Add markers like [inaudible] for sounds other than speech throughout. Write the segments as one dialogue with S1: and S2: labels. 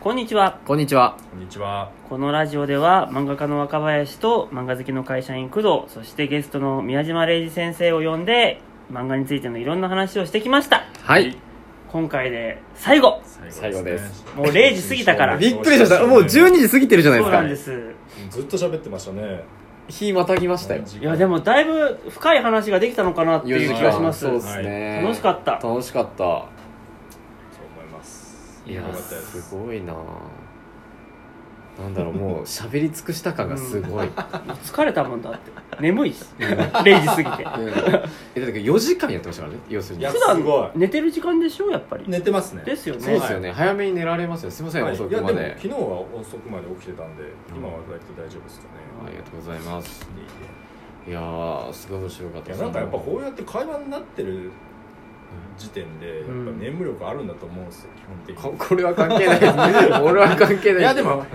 S1: こんにちは
S2: こんにちは。
S3: こんにちは。
S1: このラジオでは漫画家の若林と漫画好きの会社員工藤そしてゲストの宮島礼二先生を呼んで漫画についてのいろんな話をしてきました
S2: はい。
S1: 今回で最後
S2: 最後です。
S1: もう0時過ぎたから
S2: びっくりしました。もう12時過ぎてるじゃない
S1: そうなん
S2: で
S1: です
S2: か。
S1: す
S3: ずっと喋ってましたね。
S2: 日またぎましたよ。
S1: いやで
S3: も。
S1: もだいぶ深い話ができたのかなっていう気がします
S2: そうですね。
S1: 楽しかった
S2: 楽しかった。
S3: そう思います。
S2: いや
S3: よか、ったです。
S2: すごいななんだろう、もう喋り尽くした感がすごい。
S1: 疲れたもんだって眠いし0時過ぎて
S2: うんえ、だって4時間やってましたからね、要する
S3: い
S2: に
S3: や、。
S1: 普
S3: すごい
S1: 段寝てる時間でしょやっぱり
S3: 寝てますね。
S1: ですよね
S2: そうですよね。早めに寝られますよ。すいません、
S3: はい
S2: 遅
S3: いや
S2: く
S3: でも
S2: まで
S3: 昨。日は遅くまで起きてたんで、今は割と大丈夫ですかね。
S2: ありがとうございます。
S3: いえ
S2: いやー、すごい面白かった
S3: いえ
S2: で
S3: い
S2: す
S3: やなんかやっぱこうやって会話になってる時点で、やっぱ
S1: うん
S3: 眠力あるんだと思うんですよ、基本的
S2: こ
S3: に。
S2: これは関係ないですね俺は関係ない
S3: いやでも
S2: はい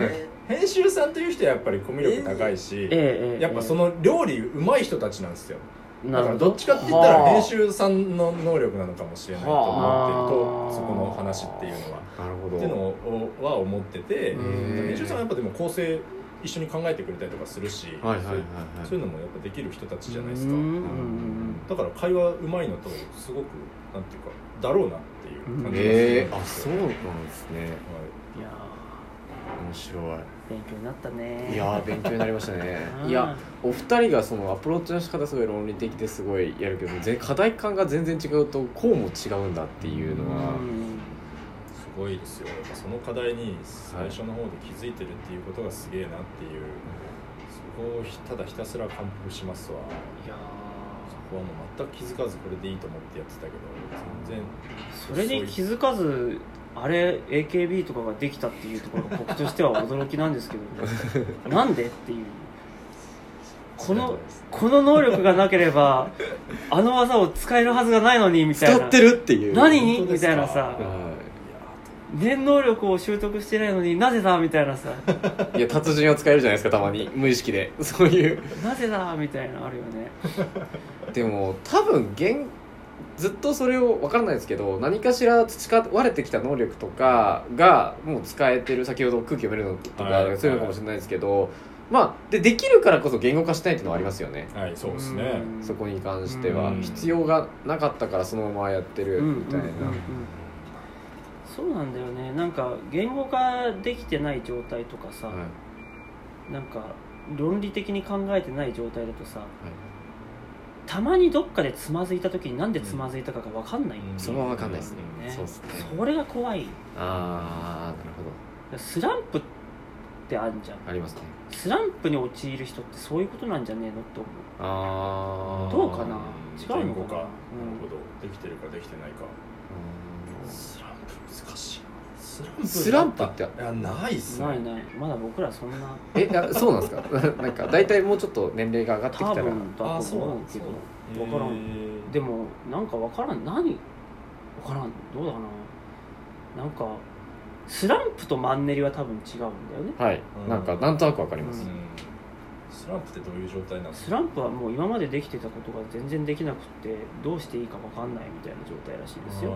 S3: 編集さんという人はやっぱりコミュ力高いし、
S1: ええええ
S3: やっぱその料理うまい人たちなんですよ。
S1: な
S3: だ
S1: るほ
S3: から
S1: ど
S3: どっちかって言ったら
S2: はあ
S3: 編集さんの能力なのかもしれないと思
S1: はあ
S3: ってるとそこの話っていうのは。
S2: なるほ
S3: っていうの
S2: ど
S3: をは思ってて
S1: う
S2: へー
S3: 編集さんはやっぱでも構成一緒に考えてくれたりとかするし
S2: はいはいはいはい
S3: そうそういうのもやっぱできる人たちじゃないです
S1: う
S3: か
S1: ん
S3: だから会話うまいのとすごくなんていうかだろうなっていう感じがするんです
S2: え
S3: よ
S2: ー、あそうなんですね
S3: はい
S1: や
S2: 面白
S1: ー勉強になったね
S2: いいやー勉強になりましたね
S1: うん
S2: いやお二人がそのアプローチの仕方すごい論理的ですごいやるけど全課題感が全然違うとこうも違うんだっていうのは
S1: うん
S3: すごいですよやっぱその課題に最初の方で気づいてるっていうことがすげえなっていうそこをひただひたすら感服しますわ
S1: いや
S3: そこはもう全く気づかずこれでいいと思ってやってたけど
S1: ー
S3: 全然
S1: それに気づかずあれ AKB とかができたっていうところが僕としては驚きなんですけど、
S2: [laughs]
S1: なんでっていうこのこの能力がなければあの技を使えるはずがないのにみたいな
S2: 使ってるっていう
S1: 何に
S3: 本当
S1: み
S3: です
S1: た
S3: か
S1: いなさ
S2: はい
S1: 念能力を習得してないのになぜだみたいなさ
S2: [laughs] いや達人は使えるじゃないですかたまに無意識でそういう
S1: なぜだみたいなのあるよね
S2: でも多分現ずっとそれを分からないですけど何かしら培われてきた能力とかがもう使えてる先ほど空気読めるのとか、
S3: はい
S2: そういうのかもしれないですけど、まあでできるからこそ言語化しないっていうのはありますよね、
S3: はいそうですね
S1: ん
S2: そこに関しては
S3: うん
S2: 必要がなかったからそのままやってるみたいな、
S1: うんうんうんうんそうなんだよねなんか言語化できてない状態とかさ、
S2: はい
S1: なんか論理的に考えてない状態だとさたまにどっかでつまずいた時になんでつまずいたかが分かんない、
S3: うん
S2: それは分かんないですね
S1: ね
S2: そうっすね
S1: それが怖い
S2: ああなるほど
S1: スランプってあるじゃん
S2: ありますね
S1: スランプに陥る人ってそういうことなんじゃねえのって思う
S2: ああ
S1: どうかな違う
S3: 言
S1: の
S3: 語
S1: か
S3: か
S1: な
S3: なるほどできてるかできてないかスランプ難しいな
S2: スランプって
S3: いやないっすね
S1: ないないまだ僕らそんな
S2: えあそうなんですか [laughs] なんか大体もうちょっと年齢が上がってき
S1: 多
S2: たら
S1: 分だ
S3: あ
S1: と
S3: そうな
S1: 思うんけど
S3: そう
S1: わからん
S3: へー
S1: でもなんかわからん何わからんどうだかななんかスランプとマンネリは多分違うんだよね
S2: はい、
S3: うん
S2: なんかなんとなくわかります、
S1: う
S3: うんスランプってどういう状態なんです
S1: ス
S3: か
S1: ランプはもう今までできてたことが全然できなくってどうしていいかわかんないみたいな状態らしいです
S3: あ
S1: よ
S3: ー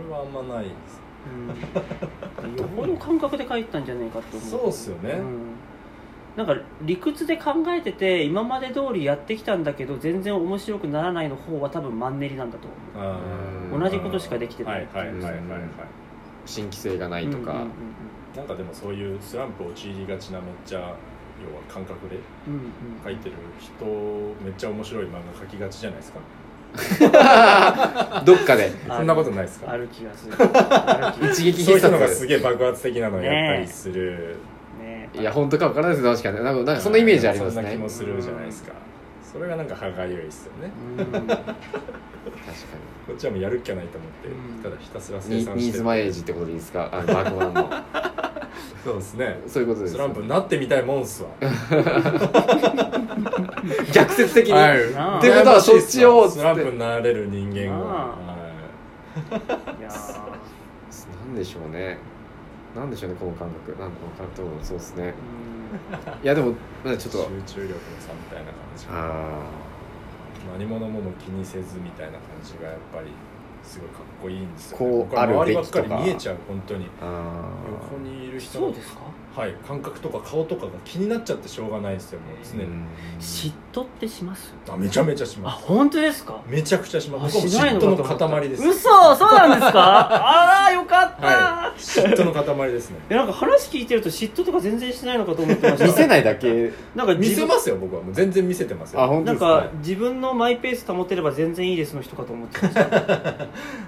S3: それはあんまないで
S1: うんよほど感覚で書いてたんじゃないかと
S3: す
S1: 思う
S3: そうっすよね、
S1: うんなんか理屈で考えてて今まで通りやってきたんだけど全然面白くならないの方は多分マンネリなんだと思う
S3: あー
S2: 同
S1: じことしかできてない
S3: はいはいはいはいはい
S2: 新規性がないとか、
S3: なんかでもそういうスランプ陥りがちなめっちゃ要は感覚で
S1: うんうんうんうんうん
S3: 書いてる人めっちゃ面白い漫画書きがちじゃないですか
S2: どっかで
S1: ある
S3: そんなことないですか
S1: ある気がするある気がする
S2: 一撃
S3: そうい
S2: 必
S3: う
S2: 殺
S3: のがすげえ爆発的なのをやったりする、
S1: ね
S2: いや本当かわからないですけど確かになんかなんかそんなイメージあります
S3: そんな気
S2: ね
S3: もするじゃないですかそれがなんか歯がゆいっすよね
S1: うん
S2: 確か
S3: こっちはもうやるっきゃないと思って、
S1: うん
S3: ただひたすら
S2: に
S3: 生
S2: ニ
S3: 産
S2: ニ
S3: し
S2: ー
S3: て
S2: ズ
S3: る
S2: マエイジってことでいいですかあ [laughs] のバグマンの
S3: そうですね
S2: そういうことです
S3: スランプになってみたいもんっすわ
S2: 逆説的に、
S3: はい
S1: なあ
S2: ってことはそっちを
S3: スランプになれる人間が
S1: なあ
S3: はい
S1: いやー
S2: なんでしょうねなんでしょうねこの感覚なんか分かると思うそうですね
S1: う
S2: いやでもまだちょっと
S3: 集中力の差みたいな感じ
S2: ああ
S3: 何者もも気にせずみたいな感じがやっぱりすごいかっこいいんですよ、
S2: こう
S3: 僕は周りばっか
S2: あるべきとか
S3: り見えちゃう本当に
S2: あ
S3: 横にいる [laughs] 人
S1: そう
S3: の
S1: ですか
S3: はい感覚とか顔とかが気になっちゃってしょうがないですよもう常
S2: ー
S3: に、
S2: うん
S1: 嫉妬ってします
S3: あめちゃめちゃし
S1: あ
S3: ます
S1: 本当ですか
S3: めちゃくちゃします
S1: あ
S3: 僕も
S1: しない
S3: 嫉
S1: のかと
S3: 妬
S1: 思
S3: の
S1: った
S3: 塊です
S1: 嘘そうなんですかあ
S3: [laughs]
S1: らよかった、
S3: はい嫉妬の塊ですね
S1: いやなんか話聞いてると嫉妬とか全然してないのかと思ってました
S2: 見せないだけ
S1: なんか
S3: 見
S1: [laughs] 自
S3: せ
S1: 分
S3: ますよ僕はもう全然見せてますよ
S2: あ本当
S1: なん
S2: ですか
S1: か自分のマイペース保てれば全然いいですの人かと思ってました
S3: い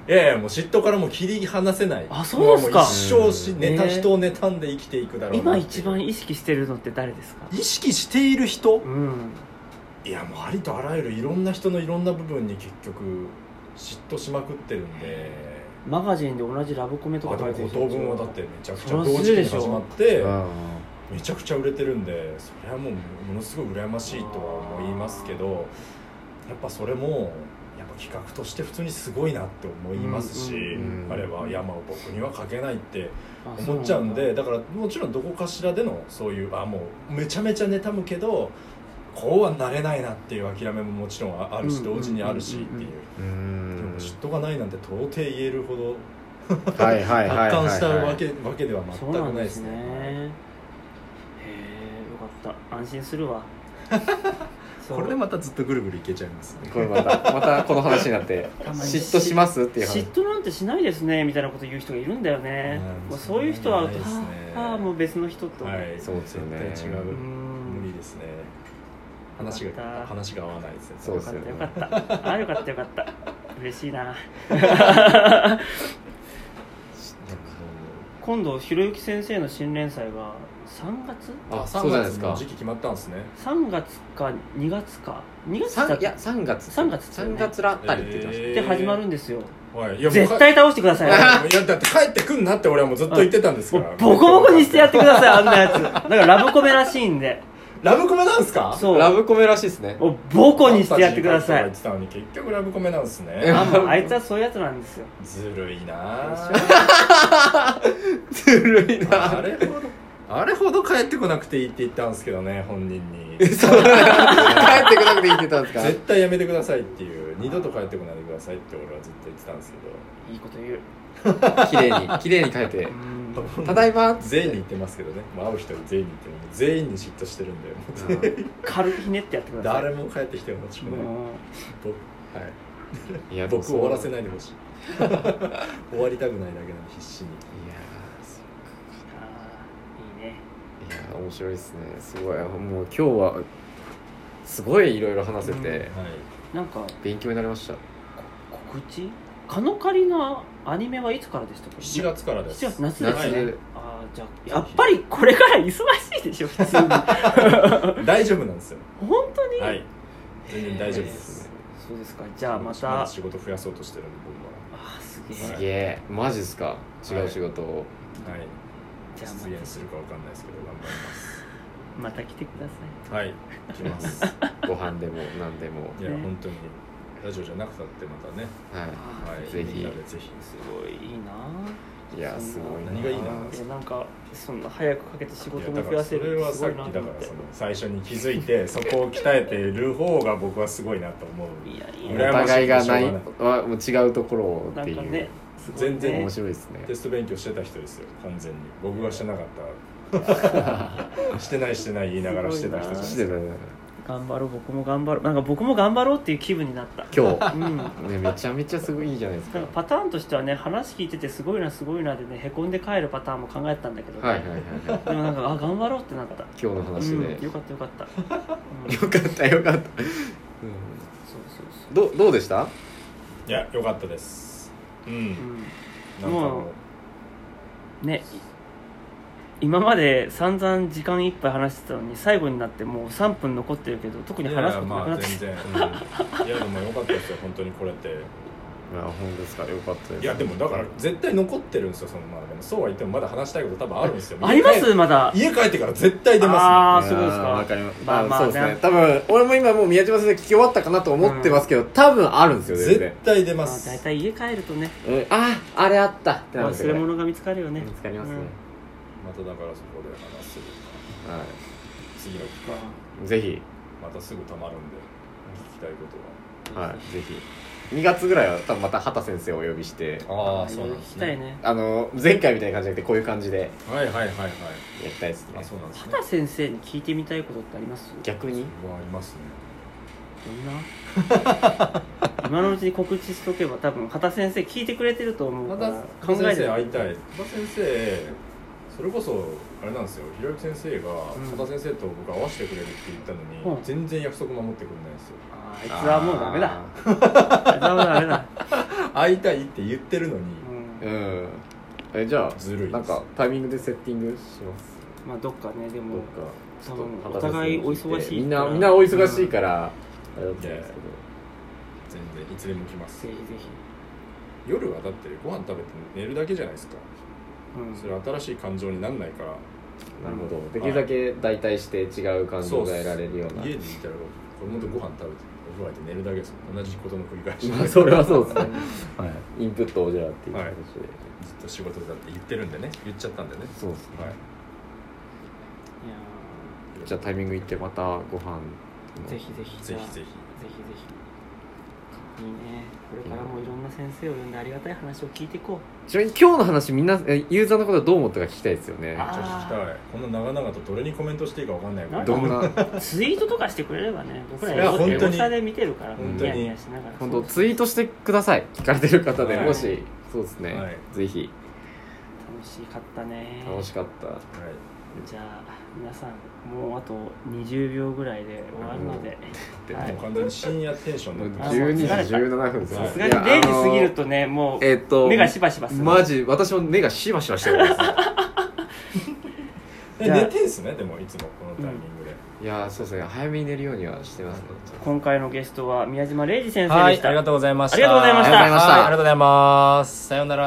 S3: やいやもう嫉妬からもう切り離せない
S1: あそうですか
S3: もう一生し
S2: うん
S3: ネタ
S1: ね
S3: 人を妬んで生きていくだろうな
S1: 今
S3: っていう
S1: 一番意識してるのって誰ですか
S3: 意識している人
S1: うん
S3: いやもうありとあらゆるいろんな人のいろんな部分に結局嫉妬しまくってるんで
S1: マガジンで同じラブコメと
S3: あ
S1: か
S3: で
S1: 書
S3: も
S1: いて
S3: 五
S1: る人
S3: 等分はだってめちゃくちゃ同
S1: そりゃする
S3: 時期に
S1: でしょ
S3: 始まって
S2: うん
S3: めちゃくちゃ売れてるんでそれはもうものすごい羨ましいとは思いますけどやっぱそれもやっぱ企画として普通にすごいなって思いますし、
S1: うん
S2: うんうん
S3: あれは山を僕には書けないって
S1: あそう
S3: 思っちゃうんでだからもちろんどこかしらでのそういうあもうめちゃめちゃ妬むけどこうはなれないなっていう諦めももちろんああるし
S1: うんうんうんうん
S3: 同時にあるしっていう
S2: う
S3: で
S2: ん
S3: も嫉妬がないなんて到底言えるほど
S2: はいはいはいはいはい
S3: 達観したわけわけでは
S1: そ
S3: 全
S1: う
S3: く
S1: なん
S3: ない
S1: で
S3: ですす
S1: ね
S3: ね。
S1: へえよかった安心する
S3: [laughs]
S1: わそう
S3: これでまたずっとぐるぐるいけちゃいますね。
S2: これまたまたこの話になって
S1: たまに
S2: 嫉妬しますっていう話
S1: 嫉妬なんてしないですねみたいなこと言う人がいるんだよね
S3: うん
S1: まあそういう人は
S3: ないですね
S1: ああもう別の人と、
S3: はい、
S2: そうですよね
S3: 絶対違う、
S1: う
S3: 無理
S1: ん
S3: ですね。話
S1: よかっ
S3: が
S1: た
S3: 話が合わないですね。
S2: そう
S1: よ
S2: です
S1: かっ
S2: ね
S1: たよかったああよかったよかった嬉しいな今度ひろゆき先生の新連載が3月
S2: あ
S3: あ、
S2: そう
S3: 三
S2: じゃないで
S3: 月
S2: す
S3: の
S2: か
S3: 時期決まったんですね。
S1: 3月か2月か2月だ
S2: 三
S1: っ
S2: いや三月
S1: 三月ですよ
S2: 三
S1: ね
S2: 月らあたりって言ってました
S1: て始まるんですよ、
S3: はい、いやもう
S1: 絶対倒してください
S3: かいやだって帰ってくんなって俺はもうずっと言ってたんです
S1: も
S3: か
S1: う
S3: ら。
S1: ボコボコにしてやってくださいあんなやつだからラブコメらしいんで
S3: ラブコメなんですか？
S1: そう
S2: ラブコメらしいですね
S1: もうボコにしてやってくださ
S3: ファン
S1: い
S3: タジーカットが言ってたのに結局ラブコメなんです
S2: え
S1: あ
S3: ね。
S1: もうあいつはそういうやつなんですよ
S3: ずるいなあ。
S2: ずるいな
S3: あれほどあれほど帰ってこなくていいって言ったんですけどね本人に。
S2: そう [laughs] 帰ってこなくていいって言ったんですか
S3: 絶対やめてくださいっていう二度と帰ってこないでくださいって俺はずっと言ってたんですけど
S1: いいこと言う
S2: 綺麗に綺麗に書いて
S1: うん
S2: 「ただいま」
S3: 全員に言ってますけどね、まあ、会う人に全員に言ってるんで全員に嫉妬してるんで
S1: 軽くひねってやってください
S3: 誰も帰ってきてほしくない、
S1: もう
S3: 僕はい、
S2: いや
S3: 僕を終わらせ
S2: い
S3: ないで
S1: [laughs]
S3: ほしい終わりたくないだけなの必死に
S2: や
S1: あーいいね
S2: ーいや面白いですねすごいもう今日はすごいいろいろ話せて
S3: はい
S1: なんか
S2: 勉強になりました
S1: 告知カノカリのアニメはいつからでしたか
S3: 7月からです
S1: 7月夏です
S2: 夏
S1: ね、
S2: で
S1: あーじゃあやっぱりこれから忙しいでしょ普通に
S3: 大丈夫なんですよ
S1: 本当に、
S3: はい全然大丈夫です
S1: そうですかじゃあま
S3: ま
S1: た
S3: だ仕事増やそうとしてるんで僕
S1: あーすげ
S2: す
S1: え
S2: げえマジですか違う仕事を
S3: ははい
S1: じゃあ
S3: 実現するかわかんないですけど頑張り
S1: またまた来てくださ
S3: ますはい来 [laughs] ます
S2: ご飯でも何でも
S3: いや、
S1: ね
S3: 本当にラジオじゃなくたってまたね、
S2: はい
S1: い
S3: はい、
S2: ぜひ
S3: みんなでぜひ
S1: すごいいいない
S2: やすごいな
S3: 何がいいな
S1: やなんかそんな早くかけて仕事
S3: いや
S1: も
S3: だ
S1: 増
S3: か
S1: や
S3: らそ
S1: せ
S3: れ
S1: る
S3: は
S1: す
S3: さ
S1: ご
S3: っ
S1: い
S3: き
S1: な
S3: だ
S1: と思
S3: から
S1: って
S3: その最初に気づ
S1: [laughs]
S3: いてそこを鍛えている方が僕はすごいなと思う
S1: いやい
S2: お
S1: や
S3: 羨ましい
S2: 互いがない
S3: しょう
S2: はもう違うところを
S1: な
S2: って
S1: ん
S2: い
S1: か
S2: う、
S1: ねすごいね
S3: 全然
S2: 面白いですね
S3: テスト勉強してた人ですよ完全に僕がしてなかった
S1: [laughs]
S3: してないしてない言いながらしてた人
S1: 白い
S3: じゃ
S2: して
S3: ない
S2: たね
S1: 頑張ろう僕も頑張ろうなんか僕も頑張ろうっていう気分になった
S2: 今日
S1: うんなんか
S2: ね、めちゃめちゃすごいいいじゃないですか。は
S1: パターンとしてはね話聞いててすごいなすごいなでねへこんで帰るパターンも考えてたんだけど、
S2: いはいはいはい。
S1: で
S2: 今
S1: もなんかあ頑張ろうってなった
S2: 日の話で。
S1: うん、よかったよかった、うん、そう
S2: よかったよかっ
S1: そ
S2: た。
S1: う
S2: うん、どうどうでした？
S3: いや良かったですうん、
S1: そう、うん
S3: なんかもう
S1: もね今まで散々時間いっぱい話してたのに最後になってもう3分残ってるけど特に
S3: いやい
S1: 話す
S3: や
S1: ことな
S3: ま
S1: くな
S3: あ
S1: って
S3: 全然、うん、いやでも良かったですよ本当にこれって
S2: まあ本当ですかよかったです。
S3: いやでもだから絶対残ってるんですよそのまあでもそうは言ってもまだ話したいこと多分あるんですよ
S1: ありますまだ
S3: 家帰ってから絶対出ま
S1: あ
S2: あ
S1: あすごいですか
S2: わかります。
S1: ま
S2: ま
S1: あ
S2: あ
S1: まあ
S2: そうです
S1: ね
S2: ね。多分俺も今もう宮島先生聞き終わったかなと思ってますけど、多分あるんですよ
S3: す
S2: 全
S3: 絶
S2: 然。
S3: 対出
S1: まあ
S3: ます
S1: 大体家帰るとね
S2: うんああれあったってなるんです
S1: 忘れ
S2: よね。
S1: 物が見つかるよね
S2: 見つかりますね。
S1: うん
S3: まただからそこで話する
S2: は
S3: 次の機
S1: ま
S3: 会
S2: い。ぜひ
S3: またすぐたまるんで聞きたいことは
S2: はいぜひ2月ぐらいは多分また畑先生をお呼びして
S3: あ
S1: い
S3: あそ
S1: ろい
S3: うな
S1: ろ
S3: ん
S1: 聞
S3: です
S1: きたい
S3: ね
S1: ね
S2: あの前回みたいな感じじゃなくてこういう感じで
S3: はいはいはいはい
S2: やりたいですね
S3: あそうなんですね
S1: 畑先生に聞いてみたいことってあります
S2: 逆に
S3: うわありますね
S1: どんな [laughs] 今のうちに告知しとけば多分畑先生聞いてくれてると思うから考
S3: 先
S1: えて
S3: 生会いたい羽田先生それこそあれなんですよひろゆき先生が
S1: ん
S3: 羽田先生と僕会わせてくれるって言ったのに、
S1: うん
S3: 全然約束守ってくれないんですよ
S1: ああいつはもうダメだ
S2: あ
S1: あいつはもうダメだ、
S3: 会いたいって言ってるのに、
S1: う
S2: ー
S1: ん
S2: うんえじゃあ
S3: ずるいです
S2: なんかタイミングでセッティングします
S1: まあどっかねで
S2: ど
S1: も
S2: うか
S1: 多分お互いお忙しい
S2: みん
S1: か
S2: な
S1: ら
S2: みんなお忙しいから、あれだったんですけど
S3: 全然いつでも来ます
S1: ぜひぜひ、
S3: 夜はだってご飯食べて寝るだけじゃないですか
S1: うん、
S3: それ新しい感情になんないから
S2: なるほどできるだけ代替して違う感情が得られるような
S3: 家でいたら子供とご飯食べてお風呂入って寝るだけですもん同じことの繰り返し
S2: まあ [laughs] それはそうですね
S3: はい
S2: インプットをじゃあっていう形で、
S3: はいずっと仕事だって言ってるんでね言っちゃったんでね
S2: そうですね、
S3: はい
S1: いや
S2: じゃあタイミング行ってまたご飯
S1: ーぜひぜひ
S3: ぜひぜ
S1: ぜ
S3: ひ
S1: ひぜひいいねこれからもいろんな先生を呼んでありがたい話を聞いていこ
S2: ちなみに今日の話みんなえユーザーのことはどう思ったか聞きたいですよね
S3: めっちゃ聞きたいこんな長々とどれにコメントしていいかわかんないから
S1: あー
S2: ど
S1: [laughs]
S2: んな
S1: うツイートとかしてくれればね僕ら
S2: いや
S1: エゴ
S2: 本当
S1: エ
S2: に
S1: ゴサで見てるから
S3: 本
S2: 当に
S1: ニヤニヤしながら
S2: 本当ツイートしてください聞かれてる方で、
S3: はい
S2: もしそうですね、
S3: はい
S2: ぜひ
S1: 楽しかったね
S2: 楽しかった、
S3: はい
S1: じゃあ皆さんもうあと20秒ぐらいで終わるので、
S2: で
S1: はい
S3: もう完全に深夜テンション
S2: もう
S3: になって
S2: 12時17分です
S3: さ
S1: さすがに0時過ぎるとねもう
S2: えっと
S1: 目がしばしばする
S2: マジ私も目がしばしばしてるんで
S1: じ
S2: す
S3: え
S1: ゃあ
S3: 寝てんすねでもいつもこのタイミングで、
S2: いやーそうですね早めに寝るようにはしてますね
S1: 今回のゲストは宮島礼二先生
S4: は
S1: でし
S4: い、
S1: た
S4: ありがとうございました。
S1: ありがとうございました
S2: ありがとうございました
S4: はいありがとうございます。さようなら。